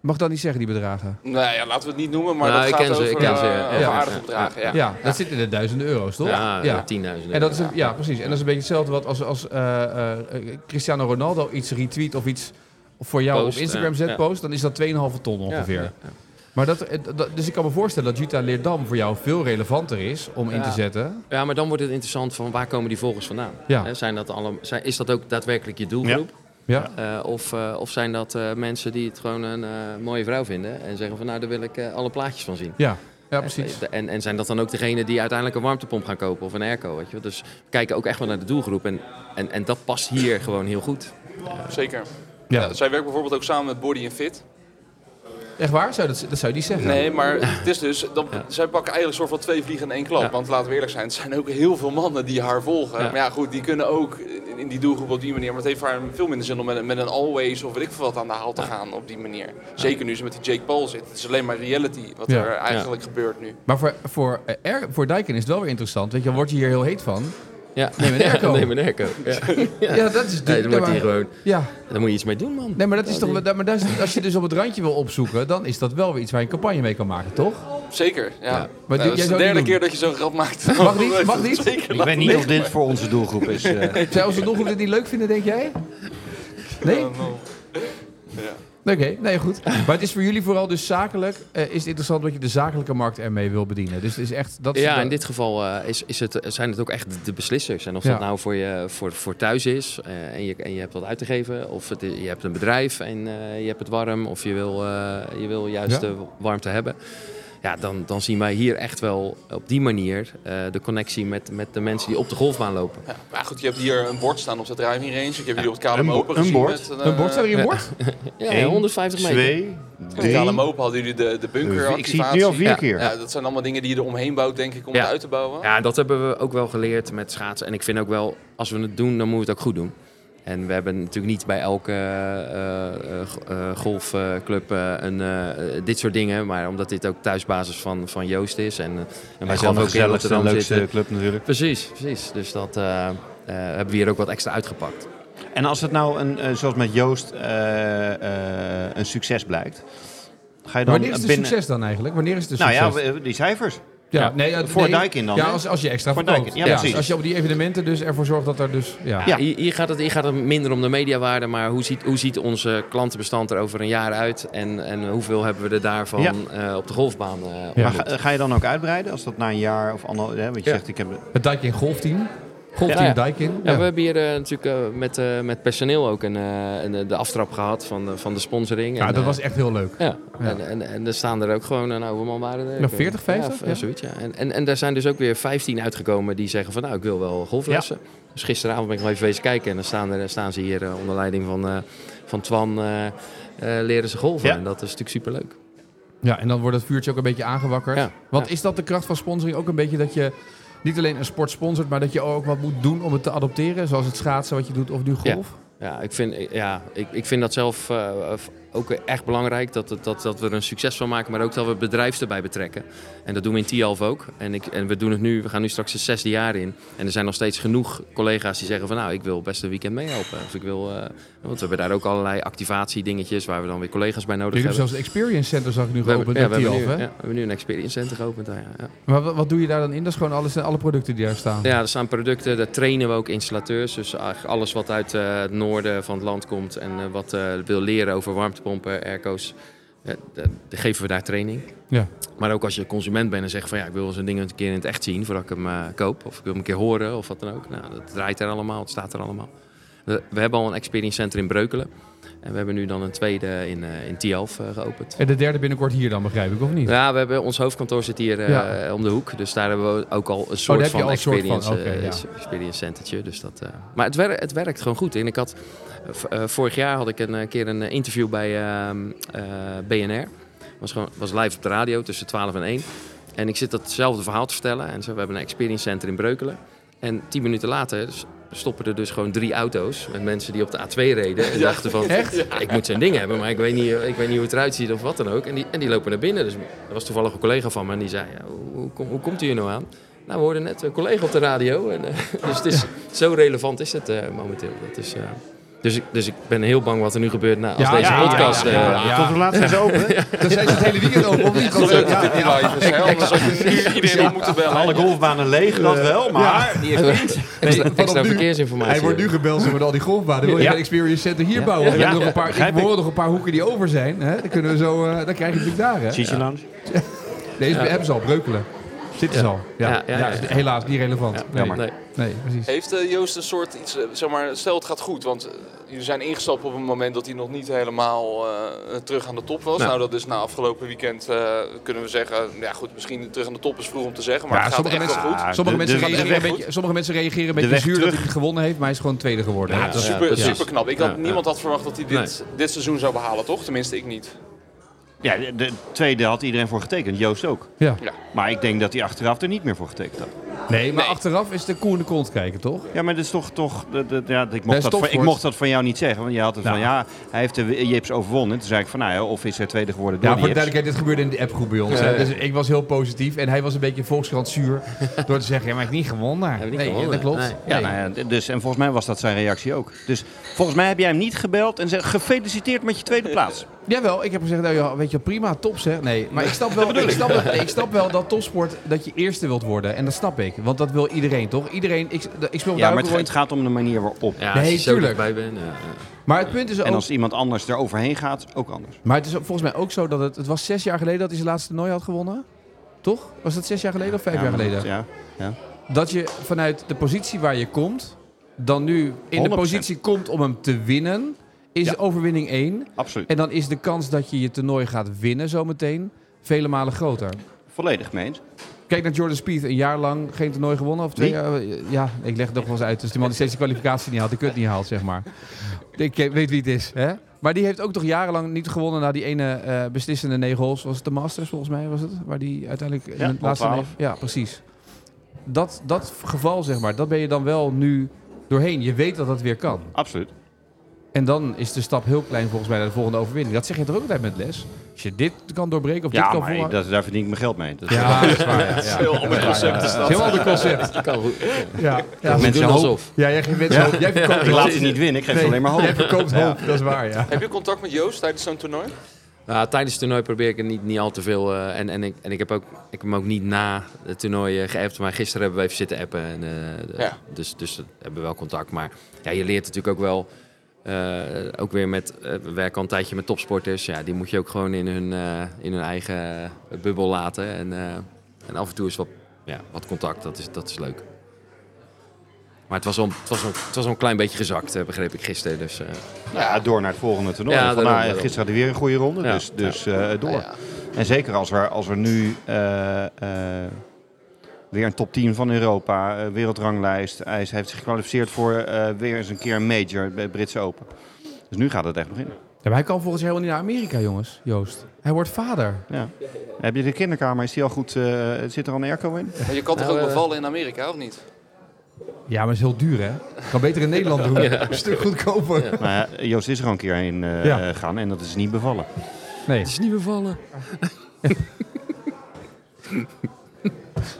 Mag dat niet zeggen, die bedragen?
nou ja, laten we het niet noemen, maar
Nou,
dat
ik
gaat
ken ze,
over,
ik ken ze,
eh,
ja.
over
Ja.
aardige
Ja.
bedragen. Ja.
Ja, dat zit in de duizenden euro's, toch?
Ja, tienduizenden.
En dat is, een- ja, precies. En dat is een beetje hetzelfde wat als, als eh, eh, eh, Cristiano Ronaldo iets retweet of iets voor jou
Post,
op Instagram
ja,
zet,
ja.
post, dan is dat 2,5 ton
Ja,
ongeveer.
ja, ja.
Maar dat, eh, dat- dus ik kan me voorstellen dat Jutta Leerdam voor jou veel relevanter is om in
Ja.
te zetten.
Ja, maar dan wordt het interessant van waar komen die volgers vandaan?
Ja.
Hè, Zijn dat alle, zijn, is dat ook daadwerkelijk je doelgroep?
Ja.
Eh, of, eh, of zijn dat eh, mensen die het gewoon een eh, mooie vrouw vinden en zeggen van nou, daar wil ik eh, alle plaatjes van zien? Eh,
Ja, ja precies.
En, en, en zijn dat dan ook degenen die uiteindelijk een warmtepomp gaan kopen of een airco? Weet je? wel? Dus we kijken ook echt wel naar de doelgroep. En, en, en dat past hier gewoon heel goed.
Zeker.
Ja.
Ja, zij werkt bijvoorbeeld ook samen met Body Fit.
Echt waar? Zou dat, dat zou je niet zeggen.
Nee, maar het is dus, dan, zij pakken eigenlijk soort van twee vliegen in één klap.
Ja.
Want laten we eerlijk zijn, het zijn ook heel veel mannen die haar volgen.
Ja.
Maar ja, goed, die kunnen ook in, in die doelgroep op die manier. Maar het heeft voor haar veel minder zin om met, een- met een always of weet ik veel wat aan de haal te gaan op die manier. Zeker nu ze met die Jake Paul zit. Het is alleen maar reality wat
Ja.
er eigenlijk gebeurt nu.
Maar voor, voor, eh, Air- voor Dijken is het wel weer interessant. Weet je, dan word je hier heel heet van.
Ja.
Neem een airco.
Neem een airco. Ja.
Ja, dat is
Nee, dan wordt
maar-
hier gewoon,
Ja,
daar moet je iets mee doen, man.
nee, maar, dat is toch, wel- maar daar is- als je dus op het randje wil opzoeken, dan is dat wel weer iets waar je een campagne mee kan maken, toch?
Zeker, ja.
Maar
Nou,
dit- jij
dat is
zou
de
niet
derde
doen.
keer dat je zo'n grap maakt.
Mag niet, mag niet.
Zeker.
Ik weet niet of dit voor onze doelgroep is. eh.
Zijn onze doelgroep dit niet leuk vinden, denk jij? Nee? Oké, nee, goed. Maar het is voor jullie vooral dus zakelijk. eh, is het interessant dat je de zakelijke markt ermee wil bedienen? Dus het is echt... Dat is-
Ja,
dat-
in dit geval eh, is, is het, zijn het ook echt de beslissers. En of
Ja.
dat nou voor, je, voor, voor thuis is eh, en, je, en je hebt wat uit te geven. Of het, je hebt een bedrijf en eh, je hebt het warm. Of je wil, eh, je wil juist
Ja.
de warmte hebben. Ja, dan, dan zien wij hier echt wel op die manier eh, de connectie met, met de mensen die op de golfbaan lopen.
Ja, maar goed, je hebt hier een bord staan op de driving range. Ik heb jullie op het KLM
Een bo-
Open
een
gezien.
bord?
Met, eh,
Een bord, staat hier een bord?
Ja,
Eén,
150 meter.
Twee,
Op
drie.
KLM Open hadden jullie de, de bunkeractivatie.
Ik zie het nu al vier
Ja.
keer.
Ja, dat zijn allemaal dingen die je eromheen bouwt, denk ik, om
Ja.
het uit te bouwen.
Ja, dat hebben we ook wel geleerd met schaatsen. En ik vind ook wel, als we het doen, dan moeten we het ook goed doen. En we hebben natuurlijk niet bij elke eh, golfclub een, eh, eh, dit soort dingen. Maar omdat dit ook thuisbasis van, van Joost is. En, eh, en wij
Maar
zelf
gewoon de
ook in
gezelligste en
Rotterdam
leukste
zitten.
club natuurlijk.
Precies, precies. Dus dat eh, eh, hebben we hier ook wat extra uitgepakt.
En als het nou, een, eh, zoals met Joost, eh, eh, een succes blijkt, ga je dan
Wanneer is het een
binnen...
succes dan eigenlijk? Wanneer is het een
Nou
succes?
ja, we- die cijfers.
ja, nee, ja,
voor
nee.
Dijkin dan,
Ja,
hè?
als, als je extra
Voor
verkoopt.
Dijkin, ja,
Ja,
precies.
Als je op die evenementen dus ervoor zorgt dat er dus... Ja.
Ja.
Hier, hier gaat het, hier gaat het minder om de mediawaarde, maar hoe ziet, hoe ziet onze klantenbestand er over een jaar uit? En, en hoeveel hebben we er daarvan
Ja.
eh, op de golfbaan? eh,
Maar
ontmoet?
ga, ga je dan ook uitbreiden als dat na een jaar of ander... Hè, want je
Ja.
zegt, ik heb...
Het Dijkin golfteam. Golfteam
Ja, ja.
Dijkin.
Ja,
Ja.
we hebben hier eh, natuurlijk eh, met, eh, met personeel ook een, eh, een, eh, de aftrap gehad van, de- van de sponsoring.
Ja,
en,
dat
eh,
was echt heel leuk.
ja,
Ja.
En, en, en er staan er ook gewoon, eh, nou, hoeveel man waren er?
Nou,
Ik, eh,
40, 50,
Ja,
ja.
zoiets, ja. En, en, en daar zijn dus ook weer 15 uitgekomen die zeggen van, nou, ik wil wel golflessen. Dus gisteravond ben ik nog even wezen kijken en dan staan, er, staan ze hier eh, onder leiding van, eh, van Twan, eh, eh, leren ze golven.
Ja.
En dat is natuurlijk superleuk.
Ja, en dan wordt het vuurtje ook een beetje aangewakkerd.
Ja,
Want
ja.
is dat de kracht van sponsoring ook een beetje dat je niet alleen een sport sponsort, maar dat je ook wat moet doen om het te adopteren? Zoals het schaatsen wat je doet of nu golf?
Ja, ik vind, ja, ik, ik vind dat zelf eh, ook echt belangrijk dat, het- dat, dat we er een succes van maken, maar ook dat we het bedrijf erbij betrekken. En dat doen we in Tialf ook. En, ik, en we doen het nu, we gaan nu straks het zesde jaar in. En er zijn nog steeds genoeg collega's die zeggen van nou, ik wil best een weekend meehelpen. Of ik wil, eh, want we hebben daar ook allerlei activatiedingetjes waar we dan weer collega's bij nodig
Jullie hebben
hebben.
zelfs een experience center, zag ik nu
We hebben,
geopend
ja,
bij
we, hebben nu,
Tialf,
ja,
hè?
we hebben nu een experience center geopend. daar, ja, ja.
Maar wat, wat doe je daar dan in? Dat is gewoon alles, alle producten die daar staan.
Ja, er staan producten, daar trainen we ook installateurs. Dus eigenlijk alles wat uit eh, het noorden van het land komt en eh, wat eh, wil leren over warmtepompen, airco's, eh, d- d- geven we daar training.
Ja.
Maar ook als je consument bent en zegt van ja, ik wil zo'n ding een keer in het echt zien voordat ik hem eh, koop. Of ik wil hem een keer horen of wat dan ook. Nou, dat draait er allemaal, het staat er allemaal. We we hebben al een experience center in Breukelen. En we hebben nu dan een tweede in, eh in Tielf eh, geopend.
En de derde binnenkort hier dan, begrijp ik, of niet?
Ja, we hebben, ons hoofdkantoor zit hier eh,
Ja. Oh,
om de hoek. Dus daar hebben we ook al een
daar
soort
heb je
van
al een soort van,
experience,
oké,
eh,
ja.
s- experience centertje. Dus dat, eh, maar het, wer- het werkt gewoon goed. En ik had, eh, v- eh, vorig jaar had ik een eh, keer een eh, interview bij ehm, eh, BNR. Was, gewoon, was live op de radio tussen 12 en 1. En ik zit datzelfde verhaal te vertellen. En zo, we hebben een experience center in Breukelen. En tien minuten later s- stoppen er dus gewoon drie auto's met mensen die op de A2 reden. En dachten van, ja, ik moet zijn ding hebben, maar ik weet, niet, eh, ik weet niet hoe het eruit ziet of wat dan ook. En die, en die lopen naar binnen. Dus er was toevallig een collega van me en die zei, ja, hoe, hoe, kom- hoe komt u hier nou aan? Nou, we hoorden net een collega op de radio. En, eh, dus het is, zo relevant is het eh, momenteel. Dat is, eh, dus, ik, dus ik ben heel bang wat er nu gebeurt na, als
Ja,
deze
ja,
podcast...
ja,
eh,
ja, ja.
Tot hoe laat zijn ze open?
Dan zijn ze het hele weekend open, of niet?
Gelukkig dat dit niet live is, hè, anders had je nu iedereen op moeten bellen. eh,
Alle golfbanen leeg, dat wel, maar...
extra, extra
nu?
verkeersinformatie. eh.
Hij wordt nu gebeld met al die golfbanen. Wil je
Ja.
een experience center hier bouwen?
Ja,
We hebben
ja,
nog een paar,
begrijp
ik
ik.
hoor nog een paar hoeken die over zijn. Hè? Dan, kunnen we zo, eh, dan krijg je natuurlijk daar. Hè?
Chichi Lounge.
Deze hebben ze al, Breukelen. Zitten ze al. Ja,
Ja, ja, ja.
Ja, is helaas niet relevant.
Ja,
nee.
nee.
nee, precies.
Heeft eh, Joost een soort iets, eh, zeg maar, stel het gaat goed, want eh, jullie zijn ingestapt op een moment dat hij nog niet helemaal eh, terug aan de top was.
Nou.
Nou, dat is na afgelopen weekend, eh, kunnen we zeggen, ja goed, misschien terug aan de top is vroeg om te zeggen, maar
Ja,
het gaat
sommige
echt wel
mensen-
goed.
Sommige,
de-
mensen
de-
reageren
de weg
een beetje, sommige mensen reageren een
De
beetje
weg
zuur dat
terug.
hij niet gewonnen heeft, maar hij is gewoon tweede geworden.
Ja,
Ja,
het is-
Super,
precies.
super knap. Ik had,
Ja, ja.
niemand had verwacht dat hij dit, dit seizoen zou behalen, toch? Tenminste, ik niet.
Ja, de, de tweede had iedereen voor getekend, Joost ook.
Ja.
Maar ik denk dat hij achteraf er niet meer voor getekend had.
Nee, maar
Nee.
achteraf is de koe in de kont kijken, toch?
Ja, maar dat is toch... toch de, de- ja, ik,
Bij
mocht dat van, ik
Stopvoort.
mocht dat van jou niet zeggen. Want je had het
Nou.
van, ja, hij heeft de w- Jips overwonnen. Toen zei ik van, nou ja, of is hij tweede geworden door
Ja,
die
voor de
Jips.
duidelijkheid, dit gebeurde in de appgroep bij ons. hè. Dus ik was heel positief en hij was een beetje volkskrant zuur door te zeggen, ja, maar ik heb niet gewonnen.
heb niet
nee,
gewonnen.
dat klopt.
Nee.
Ja, nou ja, d- dus, en volgens mij was dat zijn reactie ook. Dus volgens mij heb jij hem niet gebeld en zegt gefeliciteerd met je tweede plaats.
Jawel, ik heb gezegd, nou ja, weet je, prima, top zeg. Nee, maar ik snap wel, ik snap, wel- nee, ik snap wel dat topsport, dat je eerste wilt worden. En dat snap ik, want dat wil iedereen, toch? Iedereen, ik, ik speel daar
Ja, maar
ook
het,
gewoon-
het gaat om de manier waarop.
Ja,
Nee,
als je zo
tuurlijk.
dichtbij bent. eh, ja, ja.
Maar het punt is
En
ook,
als iemand anders er overheen gaat, ook anders.
Maar het is volgens mij ook zo dat het... Het was zes jaar geleden dat hij zijn laatste toernooi had gewonnen. Toch? Was dat zes jaar geleden of vijf
Ja,
jaar
maar
geleden?
dat- Ja.
Dat je vanuit de positie waar je komt... dan nu in de
100%.
positie komt om hem te winnen... is
Ja.
de overwinning één.
Absoluut.
En dan is de kans dat je je toernooi gaat winnen zometeen... vele malen groter.
Volledig mee eens.
Kijk naar Jordan Spieth. Een jaar lang geen toernooi gewonnen. Of twee
Wie?
jaar... Ja, ik leg het nog wel eens uit. Dus die man die steeds de kwalificatie niet haalt. De kut niet haalt, zeg maar. Ik eh, weet wie het is. Hè? Maar die heeft ook toch jarenlang niet gewonnen na die ene eh, beslissende negen holes. Was het de Masters volgens mij? Was het? Waar die uiteindelijk in
Ja,
het
hole
laatste...
12.
negen- Ja, precies. Dat, dat geval, zeg maar, dat ben je dan wel nu doorheen. Je weet dat dat weer kan.
Absoluut.
En dan is de stap heel klein volgens mij naar de volgende overwinning. Dat zeg je toch ook altijd met les? Als je dit kan doorbreken of dit
Ja,
kan
maar
volhouden-
dat, daar verdien ik mijn geld mee. Dat
Ja, dat is waar. Ja,
is een heel ander concept, is dat.
Heel ander concept.
Dat kan goed.
Ja, ja.
Mensen
mensen
doen
hopen.
alsof.
Ja, jij geeft mensen hoop. Jij verkoopt
Ik
hoop.
laat ze niet winnen, ik geef
Nee,
ze alleen maar
Jij
hoop.
verkoopt hoop, dat is waar, ja.
Heb je contact met Joost tijdens zo'n toernooi?
Nou, tijdens het toernooi probeer ik er niet, niet al te veel. eh, en en, ik, en ik, heb ook, ik heb hem ook niet na het toernooi eh, geappt. Maar gisteren hebben we even zitten appen. En, eh, de-
Ja.
Dus, dus we hebben we wel contact. Maar ja, je leert natuurlijk ook wel. eh, ook weer met. eh, we werken al een tijdje met topsporters. Ja, die moet je ook gewoon in hun, eh, in hun eigen eh, bubbel laten. En, eh, en af en toe is wat, ja, wat contact. Dat is, dat is leuk. Maar het was al, het was al, het was al een klein beetje gezakt, eh, begreep ik gisteren. Dus, eh,
Nou Ja, door naar het volgende toernooi.
Ja,
Van,
daarom,
nou,
daarom.
gisteren hadden we weer een goede ronde,
Ja.
dus, dus eh, door.
nou ja.
En zeker als er, als er nu eh, eh, weer een top 10 van Europa, eh, wereldranglijst. Hij is- hij heeft zich gekwalificeerd voor eh, weer eens een keer een major bij het Britse Open. Dus nu gaat het echt beginnen.
maar hij kan volgens mij helemaal niet naar Amerika, jongens, Joost. Hij wordt vader.
Ja. Heb je de kinderkamer? Is die al goed? eh, zit er al een airco in?
Maar je kan toch
Nou,
ook
eh,
bevallen in Amerika, of niet?
Ja, maar is heel duur, hè? Kan beter in Nederland doen. Een stuk goedkoper.
Nou ja, Joost is er al een keer heen eh,
Ja.
eh, gaan en dat is niet bevallen.
Nee.
Het is niet bevallen.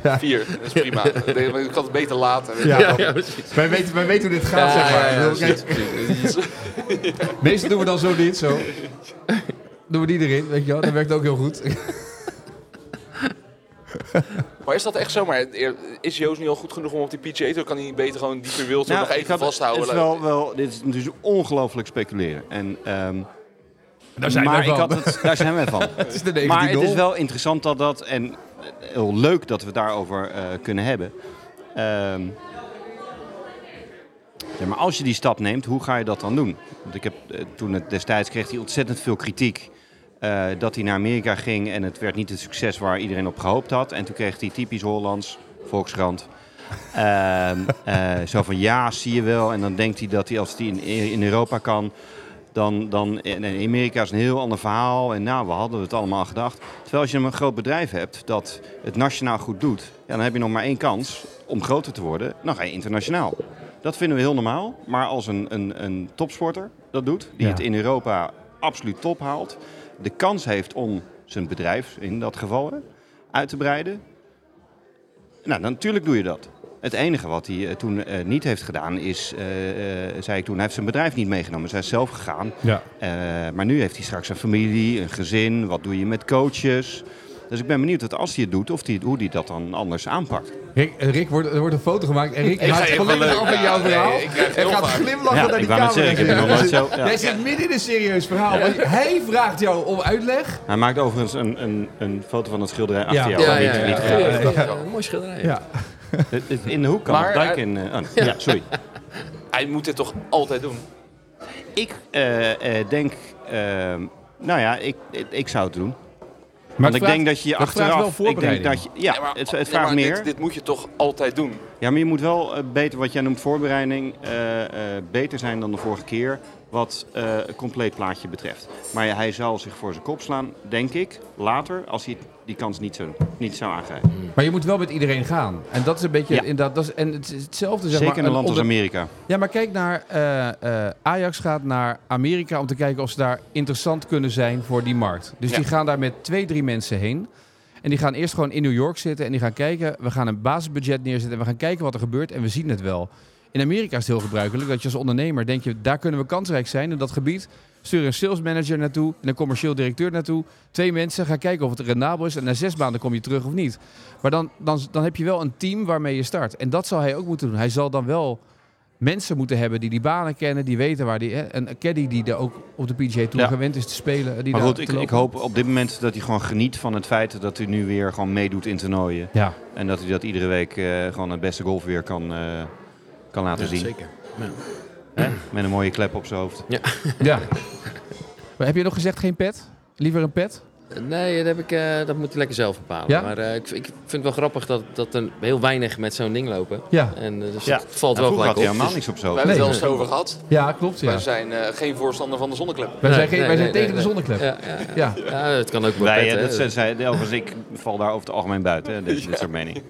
Vier, dat is prima. ik had het beter laten.
Ja,
precies.
Wij, weten, wij weten hoe dit gaat, zeg maar. Ik bedoel, kijk, meestal doen we dan zo dit, zo. Doen we die erin, weet je wel. Dat werkt ook heel goed.
Maar is dat echt zo? Maar is Joost nu al goed genoeg om op die PGA te? Kan hij niet beter gewoon dieper wild
Nou,
nog
ik
even
had-
vasthouden?
Het is wel, wel, dit is natuurlijk ongelooflijk speculeren. En, ehm,
zijn
maar
wij van.
Ik had het, daar zijn wij van.
Het is de 19
Maar het is wel interessant dat dat, en eh, heel leuk dat we het daarover eh, kunnen hebben. Ehm, Ja, maar als je die stap neemt, hoe ga je dat dan doen? Want ik heb eh, toen het destijds kreeg hij ontzettend veel kritiek eh, dat hij naar Amerika ging en het werd niet het succes waar iedereen op gehoopt had. En toen kreeg hij typisch Hollands, Volkskrant. ehm, eh, zo van ja, zie je wel. En dan denkt hij dat hij als hij in, in Europa kan, dan, dan en in Amerika is een heel ander verhaal. En nou, we hadden het allemaal gedacht. Terwijl als je een groot bedrijf hebt dat het nationaal goed doet, ja, dan heb je nog maar één kans om groter te worden. Dan ga je internationaal. Dat vinden we heel normaal. Maar als een, een, een topsporter dat doet, die
Ja.
het in Europa absoluut top haalt, de kans heeft om zijn bedrijf, in dat geval, hè, uit te breiden. Nou, dan, natuurlijk doe je dat. Het enige wat hij eh, toen eh, niet heeft gedaan is, eh, eh, zei ik toen, hij heeft zijn bedrijf niet meegenomen. Dus hij is zelf gegaan.
Ja.
Eh, maar nu heeft hij straks een familie, een gezin. Wat doe je met coaches? Dus ik ben benieuwd dat als hij het doet, of hij, hoe hij dat dan anders aanpakt.
Rick, eh, Rick wordt, er wordt een foto gemaakt en Rick
Ik
houdt
ga even
volledig
leuk.
af van jouw
Ja, nee,
verhaal.
ik krijg het
en
heel
gaat
vaak.
glimlachen
Ja,
naar
ik
die
wou net
camera.
zeggen, ik heb nog nooit zo- ja.
Jij zit midden in een serieus verhaal. Hij vraagt jou om uitleg.
Hij maakt overigens een, een, een foto van het schilderij achter jou.
Ja,
niet, niet
ja,
graag.
ja, dat is wel.
Mooi schilderij.
Ja.
Het- het- In de hoek kan
Maar,
het dijk
eh,
in. eh, oh, nee. ja, sorry.
Hij moet dit toch altijd doen?
Ik eh, eh, denk, eh, nou ja, ik, ik, ik zou het doen.
Maar
Want ik
vraagt-
denk dat je je
dat vraagt wel
achteraf. Ik denk
voorbereiding.
dat je, ja,
Nee, maar-
het,
nee,
het vraagt
maar
meer.
Dit, dit moet je toch altijd doen?
Ja, maar je moet wel eh, beter, wat jij noemt voorbereiding, eh, eh, beter zijn dan de vorige keer. Wat eh, het compleet plaatje betreft. Maar hij zal zich voor zijn kop slaan, denk ik, later, als hij die kans niet zou, niet zou aangrijpen.
Maar
Maar je moet wel met iedereen gaan. En dat is een beetje
Ja.
inderdaad. Dat is, en het is hetzelfde zeg
Zeker
maar.
in een land als
onder-
Amerika.
Ja, maar kijk naar eh, eh, Ajax gaat naar Amerika om te kijken of ze daar interessant kunnen zijn voor die markt. Dus
Ja.
die gaan daar met twee, drie mensen heen. En die gaan eerst gewoon in New York zitten en die gaan kijken. We gaan een basisbudget neerzetten en we gaan kijken wat er gebeurt en we zien het wel. In Amerika is het heel gebruikelijk dat je als ondernemer denkt, je, daar kunnen we kansrijk zijn in dat gebied. Stuur een salesmanager naartoe en een commercieel directeur naartoe. Twee mensen, ga kijken of het rendabel is en na zes maanden kom je terug of niet. Maar dan, dan, dan heb je wel een team waarmee je start. En dat zal hij ook moeten doen. Hij zal dan wel mensen moeten hebben die die banen kennen, die weten waar die... hè, Een caddy die er ook op de PGA Tour
Ja.
gewend is te spelen. eh, Die
Maar
daar
goed,
te
ik,
lopen.
ik hoop op dit moment dat hij gewoon geniet van het feit dat hij nu weer gewoon meedoet in toernooien.
Ja.
En dat hij dat iedere week eh, gewoon het beste golf weer kan, eh, kan laten zien.
zeker.
Hè? Met een mooie klep op zijn hoofd.
Ja. Maar heb je nog gezegd geen pet? Liever een pet?
Nee, dat, heb ik, eh, dat moet hij lekker zelf bepalen.
Ja?
Maar eh, ik, ik vind het wel grappig dat, dat er heel weinig met zo'n ding lopen.
Ja.
En eh, dus
Ja.
het valt wel
Nou, vroeger
gelijk
had
op.
hij helemaal
Dus-
niks op zijn
We
hoofd.
hebben
Nee.
het wel eens over gehad.
Ja, klopt. Ja.
Wij zijn eh, geen voorstander van de zonneklep.
Wij zijn, geen,
Nee,
wij
nee,
zijn
nee,
tegen de
nee.
zonneklep. Ja.
Ja, ja, ja. Ja, dat kan ook wel
Wij,
pet,
eh,
hè.
dat zijn, zij- Elvis, ik val daar over het algemeen buiten, hè, dus dit, dit soort mening.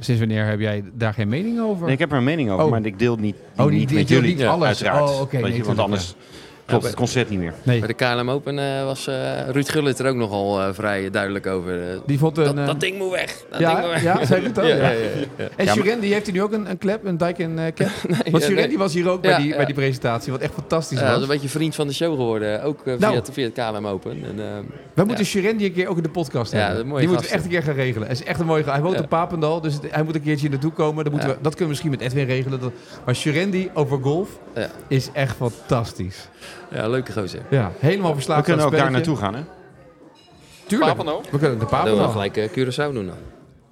Sinds wanneer heb jij daar geen mening over?
Nee, ik heb er een mening over,
Oh.
maar ik deel niet,
Oh, die-
niet
die
met
deelt
jullie,
niet alles.
uiteraard.
Oh, oké,
Weet
nee,
je, want
tuurlijk,
anders
Ja,
klopt
bij-
het concert niet meer.
Nee.
Bij de KLM Open eh, was eh, Ruud Gullit er ook nogal eh, vrij duidelijk over. eh,
Die vond een...
dat,
eh,
dat ding moet weg. Dat ding moet
ja,
weg.
ja, zei ik het ook. ja.
Ja, ja, ja, ja.
En
Ja, maar-
Suren, die heeft hij nu ook een, een klep, een Daikin eh, cap?
ja,
Want Suren
nee.
die was hier ook bij,
Ja,
die,
ja.
bij die presentatie, wat echt fantastisch
Ja, dat is
was.
een beetje vriend van de show geworden. Ook eh, via,
Nou.
het, via het KLM Open. En, eh,
Wij moeten Suren die een keer ook in de podcast
Ja, dat
hebben. Die
is een mooie
moeten we
gast,
echt een keer gaan regelen. Hij is echt een mooie gast. Hij woont
Ja.
in Papendal, dus het- hij moet een keertje naartoe komen. Dan moeten
Ja.
we, dat kunnen we misschien met Edwin regelen. Dat, maar Surendi over golf
Ja.
is echt fantastisch.
ja, leuke gozer.
Ja, helemaal
We
verslaafd
kunnen
aan
ook
het
daar
spelletje.
naartoe gaan, hè?
Tuurlijk.
Papendal?
We kunnen naar
Dan doen we
Papendal.
gelijk eh, Curaçao doen dan.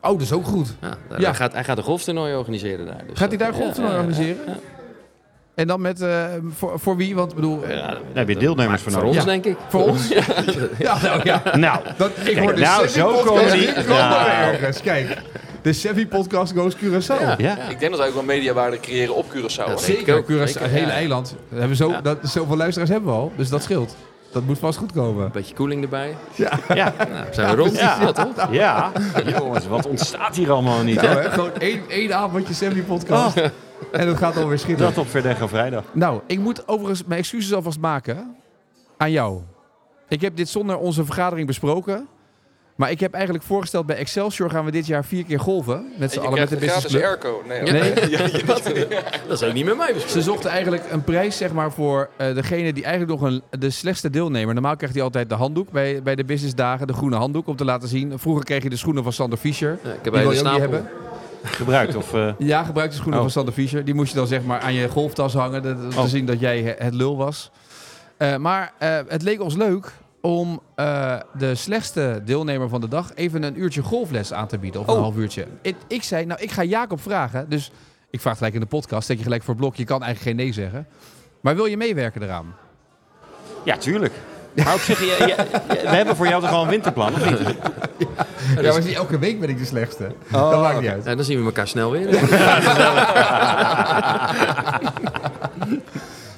Oh, dat is ook goed.
Ja, daar-
Ja.
Hij, gaat, hij gaat een golftoernooi organiseren daar. Dus
Gaat hij
dat-
daar een golftoernooi
ja, ja, ja.
organiseren? En dan met, eh, voor, voor wie? Want ik bedoel,
Ja, dat-
Daar heb je deelnemers voor
voor ons
nodig.
Ja.
denk ik.
voor ons? Ja, nou ja.
Nou,
Dat, ik hoor de
nou,
Sevi
zo
podcast
komen die-
die
Ja.
komen ergens. Kijk, de Sevi podcast goes Curaçao.
Ja.
ja.
Ik denk dat wij ook wel mediawaarde creëren op
Dat
Curaçao. hoor.
denk ik
Zeker,
ook.
Curaçao,
Zeker,
het hele
ja.
eiland. We hebben zo,
Ja.
dat, zoveel luisteraars hebben we al, dus dat scheelt. Dat moet vast goed komen.
Een beetje koeling erbij.
Ja.
Nou, zijn we rond?
Ja.
Ja, toch?
Ja. Jongens, wat ontstaat hier allemaal niet, hè?
Nou, hè, gewoon één, één avondje Sammy podcast. En het gaat alweer schitteren.
Dat op Verdegge vrijdag.
Oh. Nou, ik moet overigens mijn excuses alvast maken aan jou. Ik heb dit zonder onze vergadering besproken. Maar ik heb eigenlijk voorgesteld bij Excelsior gaan we dit jaar vier keer golven. Met z'n
En je
allen met
krijgt
de
een
business
gratis
club.
airco.
Nee,
Nee,
Nou, Dat is ook niet met mij besproken.
Ze zochten eigenlijk een prijs zeg maar, voor eh, degene die eigenlijk nog een, de slechtste deelnemer. Normaal krijgt hij altijd de handdoek bij, bij de businessdagen, de groene handdoek om te laten zien. Vroeger kreeg je de schoenen van Sander Fischer.
Ja, ik heb
Die
een
wil
hele
je ook niet
stapel.
hebben.
Gebruikt of... eh,
Ja, gebruik de schoenen
Oh.
van Sander Fischer. Die moest je dan zeg maar aan je golftas hangen. dat- Om te
Oh.
zien dat jij he- het lul was. Eh, maar eh, het leek ons leuk om eh, de slechtste deelnemer van de
Oh.
dag even een uurtje golfles aan te bieden. Of een half uurtje. Ik, ik zei, nou ik ga Jacob vragen. Dus Ik vraag gelijk in de podcast, zet je gelijk voor het blok. Je kan eigenlijk geen nee zeggen. Maar wil je meewerken eraan?
Ja, tuurlijk. Maar op zich, je- je- je- we hebben voor jou toch al een winterplan, of niet?
Ja, maar zie, elke week ben ik de slechtste.
Oh,
dat maakt niet uit.
En dan zien we elkaar snel weer.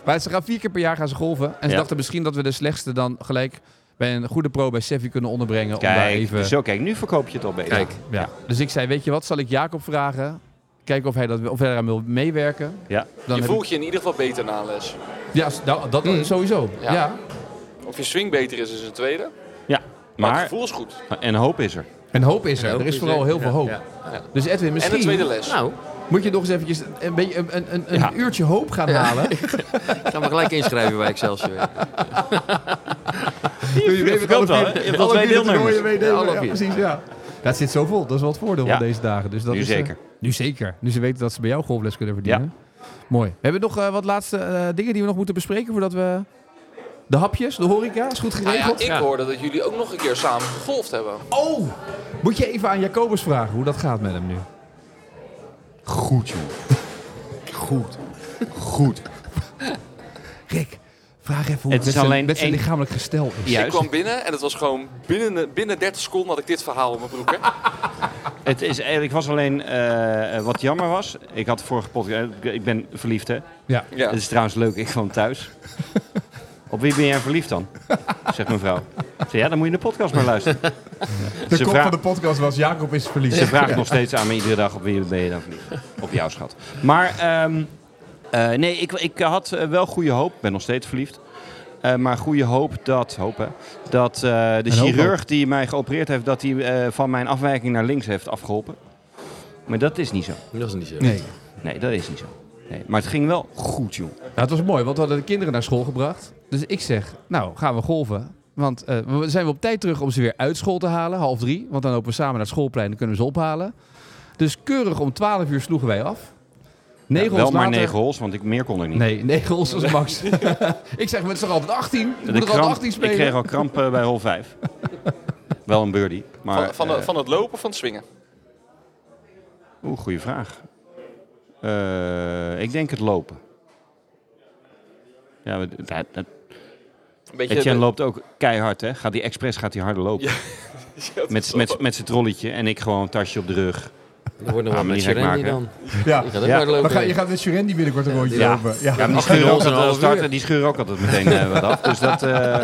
Maar ze gaan vier keer per jaar gaan ze golven. En ze
Ja.
dachten misschien dat we de slechtste dan gelijk bij een goede pro bij Sevi kunnen onderbrengen. om daar
Kijk,
even...
zo, kijk, nu verkoop je het al beter.
Kijk,
Ja. Dus ik zei, weet je wat, zal ik Jacob vragen? Kijken of hij, dat, of hij eraan wil meewerken.
Ja.
Dan
Je
heb
voelt je in ieder geval beter na een les.
ik- ja, s- nou, dat sowieso. Ja.
Ja. Of je swing beter is, is een tweede.
ja.
Maar het
Maar,
gevoel is goed.
en hoop is er.
En hoop is er.
hoop
er is
is
vooral
er.
heel veel
Ja,
hoop.
ja.
Dus Edwin,
En
misschien
een tweede les.
Nou,
moet je nog eens eventjes een, beetje, een, een, een, een
Ja.
uurtje hoop gaan halen.
ik ga me gelijk inschrijven bij Excelsior.
Doe
je verkoopt al, hè? Je hebt al twee deelnemers.
Ja, alle
ja,
vier.
precies, ja.
Dat zit zo vol. Dat is wel het voordeel
Ja.
van deze dagen. Dus dat
Nu
is, eh,
zeker.
nu zeker. Nu ze weten dat ze bij jou golfles kunnen verdienen. Mooi. We hebben nog eh, wat laatste eh, dingen die we nog moeten bespreken voordat we... De hapjes, de horeca, is goed
Ah ja,
geregeld.
ik
Ja.
hoorde dat jullie ook nog een keer samen gegolfd hebben.
Oh! Moet je even aan Jacobus vragen hoe dat gaat met hem nu?
Goed, joh. Goed. Goed.
Rick, vraag even hoe
Het
het
is
met zijn,
alleen
met zijn
één-
lichamelijk gestel is.
Ik kwam binnen en het was gewoon binnen, binnen 30 seconden had ik dit verhaal op mijn broek. Hè?
Het is, eigenlijk was alleen eh, wat jammer was. Ik had vorige podcast. eh, Ik ben verliefd, hè?
Ja.
Ja.
Het is trouwens leuk, ik woon thuis. Op wie ben jij verliefd dan? Zegt mevrouw. Ik zeg, ja, dan moet je de podcast maar luisteren.
De
Ze
kop
vra-
van de podcast was Jacob is verliefd.
Dus Ze vraagt nog steeds aan me iedere dag op wie ben je dan verliefd? Op jou, schat. Maar ehm, eh, nee, ik, ik had eh, wel goede hoop. Ik ben nog steeds verliefd. Eh, maar goede hoop dat, hoop hè, dat eh, de
hoop,
chirurg die mij geopereerd heeft, dat hij eh, van mijn afwijking naar links heeft afgeholpen. Maar dat is niet zo.
Dat is niet zo.
Nee.
Nee, dat is niet zo. Nee, maar het ging wel goed, joh.
Nou, het was mooi, want we hadden de kinderen naar school gebracht. Dus ik zeg, nou, gaan we golven. Want eh, we zijn we op tijd terug om ze weer uit school te halen, half drie. Want dan lopen we samen naar het schoolplein en kunnen we ze ophalen. Dus keurig om twaalf uur sloegen wij af. Negen
Ja, wel
hols
maar
later-
negen hols, want ik, meer kon er niet.
Nee, negen hols was max. ik zeg, maar het is toch altijd 18? Je
De
moet er altijd
kramp-
18
ik
spelen?
kreeg al kramp eh, bij hol 5. wel een birdie. Maar,
Van, van,
eh,
de- van het lopen of van het swingen?
Oeh, goede vraag. Eh, ik denk het lopen. Ja, maar d- dat- dat-
Een beetje
Etienne
de-
loopt ook keihard, hè? Gaat die expres gaat die harder lopen.
Ja, dat is
Met,
wel-
met, met zijn trolletje en ik gewoon een tasje op de rug.
Dan wordt nog wel
Ah, maar
met
die ga ik
Serendi
maken.
dan.
Ja.
Ik ga ook
Ja.
maar
We
lopen.
gaan, je gaat met Surendi binnenkort een rondje
Ja.
lopen. Ja.
Ja, maar die
scheuren ons
scheuren altijd
een
al
half
starten,
uur.
die scheuren ook altijd meteen eh, wat af. Dus dat, eh,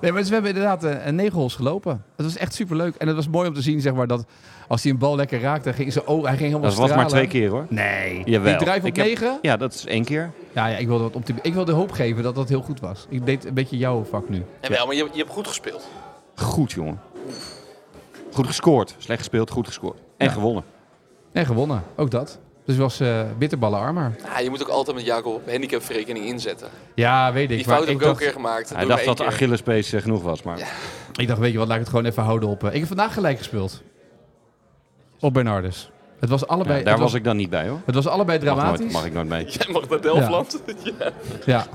Nee, maar dus we hebben inderdaad eh, een negen holes gelopen. Het was echt superleuk. En het was mooi om te zien, zeg maar, dat als hij een bal lekker raakte, ging ze, oh, hij ging helemaal
dat was maar
stralen.
twee keer hoor.
Nee.
Jawel.
Ik drijf op
Ik heb-
negen.
Ja, dat is één keer.
Ja, ja, ik wilde wat optimi- Ik wilde hoop geven dat dat heel goed was. Ik deed een beetje jouw vak nu.
Jawel, maar je, je hebt goed gespeeld.
Goed, jongen. Goed gescoord. Slecht gespeeld, goed gescoord. En
Ja.
gewonnen.
En gewonnen, ook dat. Dus het was eh bitterballen armer.
Ja, je moet ook altijd met Jacob op handicapverrekening inzetten.
Ja, weet ik.
Die
maar
fout
ik
heb ik ook een
dacht,
keer gemaakt.
Hij
Doe
dacht
maar
dat de
één keer.
Achillespees eh, genoeg was, maar...
ik dacht, weet je wat, laat ik het gewoon even houden op. eh, Ik heb vandaag gelijk gespeeld. Op Bernardus. Het was allebei,
Ja, daar
het was,
was ik dan niet bij hoor.
het was allebei
Mag nooit-
dramatisch.
mag ik nooit mee.
Jij mag naar Delftland.
Ja.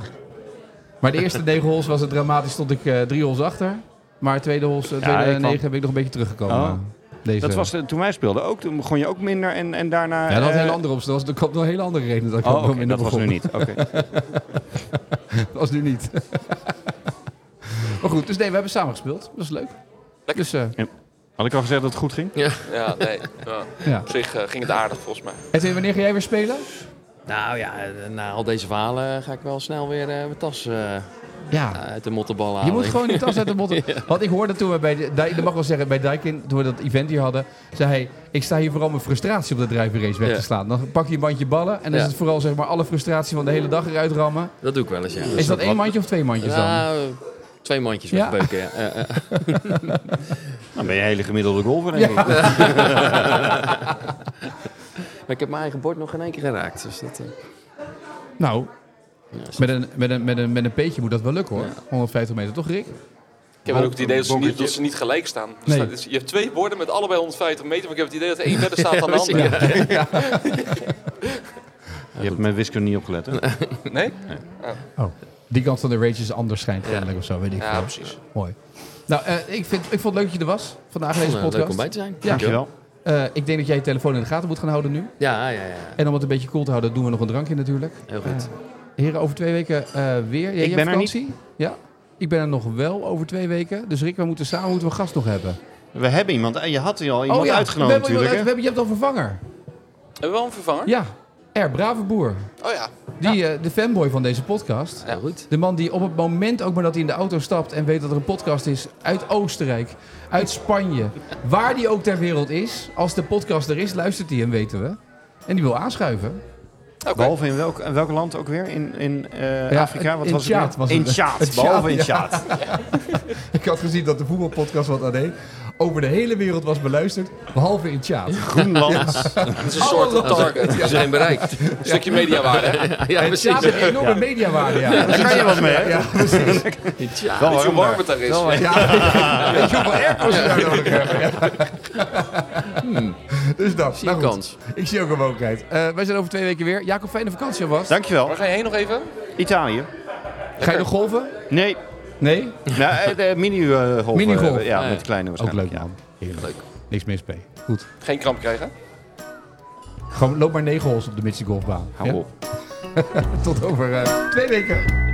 Maar de eerste negen holes was het dramatisch, stond ik eh, drie holes achter. Maar de tweede holes, de
Ja,
tweede eh,
ik kwam-
negen heb ik nog een beetje teruggekomen.
Oh.
Deze.
Dat was eh, toen wij speelden ook. Toen begon je ook minder en, en daarna...
Ja, dat had een
eh,
hele andere opstel. Er kwam nog een hele andere reden dat ik
Oh,
ook nog
oké,
minder
dat was
begon.
nu niet. Oké.
Dat was nu niet. maar goed, dus nee, we hebben samen gespeeld. Dat is leuk.
Lekker.
Dus, eh,
Had ik al gezegd dat het goed ging?
Ja, nee. Ja.
ja.
Op zich eh, ging het aardig volgens mij.
Edwin, wanneer ga jij weer spelen?
Nou ja, na al deze verhalen ga ik wel snel weer eh, mijn tas eh,
Ja.
uit de mottenbal halen.
Je moet gewoon die tas uit de botten. Want ik hoorde toen we bij, de, Dij- dat mag wel zeggen, bij Daikin, toen we dat event hier hadden, zei hij, ik sta hier vooral mijn frustratie op de drijvenrace weg
Ja.
te slaan. Dan pak je een bandje ballen en dan is
Ja.
het vooral zeg maar alle frustratie van de hele dag eruit rammen.
Dat doe ik wel eens, ja.
Is dat één mandje of twee mandjes dan?
Ja, eh, twee mandjes
Ja.
wegbeuken, ja. Eh, eh.
Dan Nou, ben je een hele gemiddelde golfer, denk ik.
Maar ik heb mijn eigen bord nog geen één keer geraakt. Dus dat, eh,
Nou,
ja, is-
met een, met, een, met, een, met een peetje moet dat wel lukken hoor. 150 meter, toch Rick?
Ik heb ook het idee dat ze, niet,
Bonkertje.
dat ze niet gelijk staan. Dus
Nee.
dat is- je hebt twee borden met allebei 150 meter, maar ik heb het idee dat de een verder staat dan de
Ja,
ander.
Je hebt mijn wiskunde niet opgelet, hè?
Nee?
Die kant van de race is anders schijnt kennelijk of zo, weet ik
Ja,
veel.
precies.
Mooi. Nou, eh, ik, vind, ik vond het leuk dat je er was vandaag
eh,
deze podcast.
leuk om bij te zijn.
Ja.
Dankjewel.
Dankjewel.
Eh, ik denk dat jij je telefoon in de gaten moet gaan houden nu.
Ja, ja, ja.
En om het een beetje cool te houden, doen we nog een drankje natuurlijk.
Heel goed.
Eh, heren, over twee weken eh, weer. Jij, jij
Ik
hebt
ben er
vakantie? Ja. Ik ben er nog wel over twee weken. Dus Rick, we moeten samen moeten we een gast nog hebben.
We hebben iemand. en Je had hier al iemand
Oh, ja, we
uitgenodigd
hebben iemand
natuurlijk.
uit-
hè?
we hebben, je hebt al vervanger.
Hebben we wel een vervanger?
Ja, R. Brave Boer.
Oh ja.
Die, eh, de fanboy van deze podcast.
Heel goed.
De man die op het moment ook maar dat hij in de auto stapt en weet dat er een podcast is uit Oostenrijk, uit Spanje, waar die ook ter wereld is. Als de podcast er is, luistert hij hem, weten we. En die wil aanschuiven.
Oké.
Behalve in welk, in welk land ook weer? In, in eh,
Ja,
Afrika? Wat
in
was het
Tjaad
weer?
was
in
het.
Tjaad.
Het
Behalve in
Tjaad,
Tjaad.
Ik had gezien dat de voetbalpodcast van AD over de hele wereld was beluisterd, behalve in Tjaad.
Groenland.
Dat is een soort target.
We zijn bereikt.
Een stukje mediawaarde. hè?
Ja, ja
Tjaad
precies.
heeft een enorme mediawaarde, ja.
Daar kan je wat mee. hè?
Tja.
Wel
Weet je
warm
hoe warm
daar.
het daar is?
Wel,
Ja, weet je hoeveel airco's je daar nodig Hmm. hebben? Ja.
Dus dat.
Zie je
nou goed.
kans.
Ik zie ook een mogelijkheid.
Eh, wij zijn over twee weken weer. Jacob, fijne vakantie alvast.
Dankjewel.
Waar ga je heen nog even?
Italië.
Ga je nog golven?
Nee.
Nee?
Nou, eh, de mini-golf.
Minigolf.
Ah,
Ja,
ja.
met de kleine
Ook
waarschijnlijk.
leuk, man. Heerlijk. Niks mis, P. Goed.
Geen kramp krijgen.
Gewoon loop maar negen holes op de Mitsi golfbaan.
Ja. Hou op.
Tot over eh, twee weken.